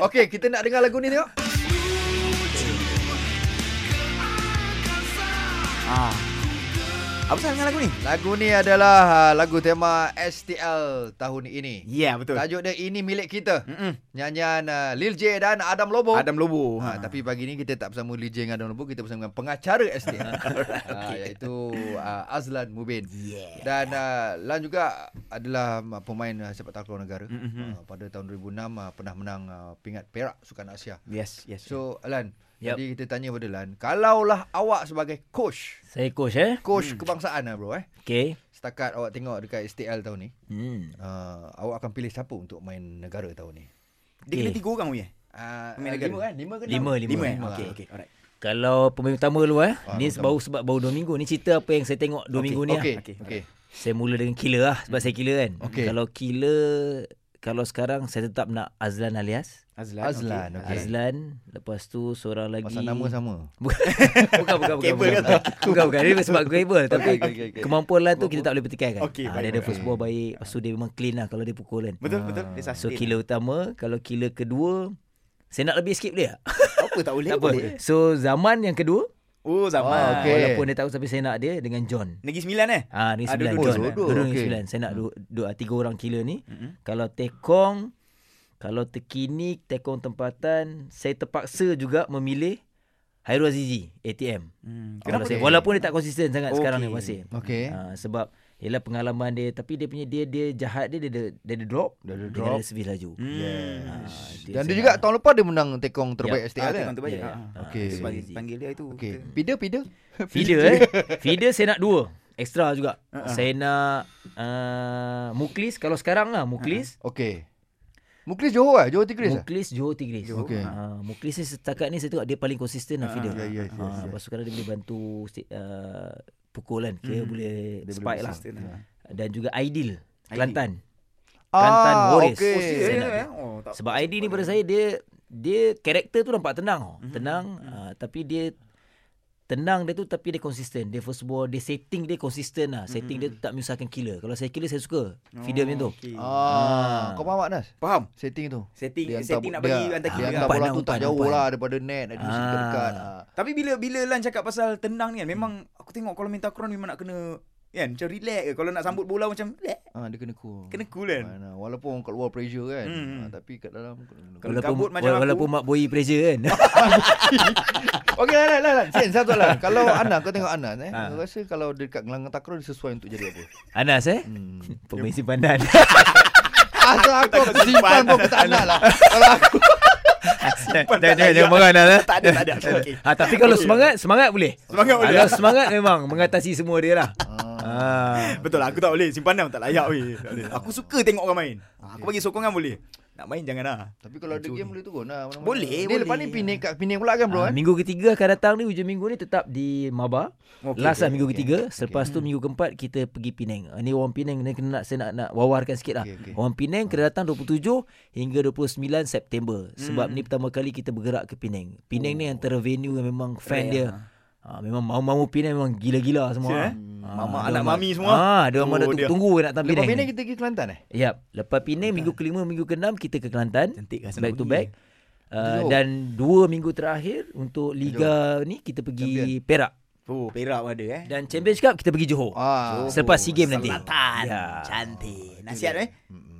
Okey, kita nak dengar lagu ni tengok. Ah. Apa salah dengan lagu ni? Lagu ni adalah ah, lagu tema STL tahun ini. Ya, yeah, betul. Tajuk dia Ini Milik Kita. Mm-mm. Nyanyian ah, Lil J dan Adam Lobo. Adam Lobo. Ha, tapi pagi ni kita tak bersama Lil J dengan Adam Lobo, kita bersama dengan pengacara STL. ha, iaitu ah, Azlan Mubin. Yeah. Dan uh, Lan juga adalah um, pemain uh, sepak takraw negara. Mhm. Mm-hmm. Uh, pada tahun 2006 uh, pernah menang uh, pingat Perak Sukan Asia. Yes, yes. So Lan, yep. Yup. jadi kita tanya pada Lan, kalaulah awak sebagai coach, Saya coach eh. coach mm. Hmm. kebangsaan lah bro eh. Okay. Setakat awak tengok dekat STL tahun ni, Hmm. uh, awak akan pilih siapa untuk main negara tahun ni? dia kena eh. tiga orang punya. Uh, Pemain negara. lima kan? Lima ke enam? Lima, lima. ah, Lima eh? Lima. Okey, okey. Alright. Kalau pemain utama dulu eh. Ah, ni pemain baru sebab baru 2 minggu. Ni cerita apa yang saya tengok 2 okay. minggu ni Okey, lah. okey. Okey. Okay. Saya mula dengan killer lah sebab saya killer kan. Okey. Kalau killer kalau sekarang saya tetap nak Azlan alias Azlan. Azlan, okey. okey. Azlan lepas tu seorang lagi Pasal nama sama. bukan bukan bukan Kabel bukan bukan, ke bukan, bukan, bukan. Dia sebab kabel tapi Okey, okey, okey. kemampuan lah tu kita tak boleh pertikaikan Okey, Ah, baik, dia ada baik. first ball baik lepas tu dia memang clean lah kalau dia pukul kan Ah. Betul, betul. Dia so sustain. killer utama kalau killer kedua saya nak lebih sikit boleh tak? Apa tak boleh? tak apa. So Zaman yang kedua Oh, zaman. Ah, okey. Walaupun dia tak tahu tapi saya nak dia dengan John. Negeri Sembilan eh? Ah, ni Ah, sembilan dua-dua John. sembilan. Dua-dua Dua-dua, Hmm. ni okey. sembilan. Saya nak dua, dua, ah, tiga orang killer ni. Kalau tekong, kalau terkini tekong tempatan, saya terpaksa juga memilih Hairul Azizi ATM. Hmm. Kalau Kenapa? saya, walaupun dia tak konsisten sangat Okey. sekarang ni Wasir. Okey. Ah, sebab ialah pengalaman dia tapi dia punya dia dia jahat dia dia dia, dia ada drop Dia ada dengan drop. dia servis laju. Yeah. Ah, Dan itu saya dia nak- juga tahun lepas dia menang tekong terbaik Ah, STL kan? tengok tu baik. Ya. Ah, ah. Okey. So, panggil- Panggil dia itu. Okey. kita- Pida pida. Feeder eh. Feeder saya nak dua. Extra juga. Uh-huh. Saya nak uh, Muklis kalau sekarang lah Muklis. Okey. Muklis Johor ah, Johor Tigris ah. Muklis Johor Tigris. Okey. Uh, Muklis ni setakat ni saya tengok dia paling konsisten lah feeder. ya, yes, yes, Ah, Lepas tu kadang dia boleh bantu sti- uh, pukulan Hmm. kira boleh spike lah. sustain lah. Dan juga Aidil Kelantan. Ah, Kelantan Boris. okey. Oh, serius Saya dia nak tu, dia. eh? Oh, tak- Sebab ID ni pada saya dia dia karakter tu nampak tenang oh. Mhm. Tenang ah, tapi dia tenang dia tu tapi dia konsisten. Dia first ball dia setting dia konsisten lah. Setting dia tu tak menyusahkan killer. Kalau saya killer saya suka. Feeder macam Mhm. Oh, tu. Okey. Ah, kau faham tak Nas? Faham? Setting tu. Setting- Dia hantar- setting nak bagi dia- hantar ah. Dia kira. hantar Umpan bola lah, tu tak umpan, jauh umpan. lah daripada net, ada mesti dekat-dekat. Ah. Tapi bila bila Lan cakap pasal tenang ni kan memang aku tengok kalau minta kron memang nak kena kan macam relax ke kalau nak sambut bola macam relax. Ah, dia kena cool. Kena cool kan? Mana, walaupun kat luar pressure kan. Hmm. Ah, tapi kat dalam kena Kalau cool. kabut Walaupun, macam wala- walaupun aku- mak boy pressure kan. Okey, lah, lah, lah. Sen, satu lah. Kalau Ana, kau tengok Ana eh. Kau rasa kalau dia dekat gelanggang takraw dia sesuai untuk jadi apa? Anas eh. Hmm. Pemain simpanan. Asal aku simpan pun aku tak nak lah. Kalau aku Jangan jangan jangan marah Anas. eh. Tak ada tak ada. Okey. Ha, tapi kalau semangat, semangat boleh. Semangat boleh. Kalau semangat memang mengatasi semua dia lah. Ah. Betul lah aku tak boleh simpanan tak layak weh. Tak boleh. Aku suka tengok orang main. Ah, Aku bagi sokongan boleh. Nak main jangan lah. Tapi kalau ada game boleh turun lah mana-mana. Boleh, Dia boleh. lepas ni Penang kat Penang pula kan bro Ah, eh minggu ketiga akan datang ni hujung minggu ni tetap di Maba. Okey, okey, Okay, Last Hmm. lah minggu ketiga, selepas tu minggu keempat kita pergi Penang. Ah, Ni orang Penang ni kena nak saya nak, nak wawarkan sikit lah. Okey, okey. Orang Penang kena datang 27 hingga 29 September. Sebab Hmm. ni pertama kali kita bergerak ke Penang. Penang Oh. ni antara venue yang memang fan dia. Ah, memang mau-mau Penang memang gila-gila semua. Sure, eh? ah. Ah, Mama, dia anak orang- mami semua. Ah, dia orang Oh, mana dia. tunggu nak datang Lepas Penang. Penang kita pergi Kelantan eh Yap, lepas Penang minggu kelima, minggu keenam kita ke Kelantan. Cantik lah rasa back nak to pergi. back. Uh, dan dua minggu terakhir untuk liga ni kita pergi Perak Oh, Perak pun ada eh. dan Champions Cup kita pergi Johor. Ah. Selepas SEA Games nanti. Selatan. Ya. Cantik. Nasihat eh.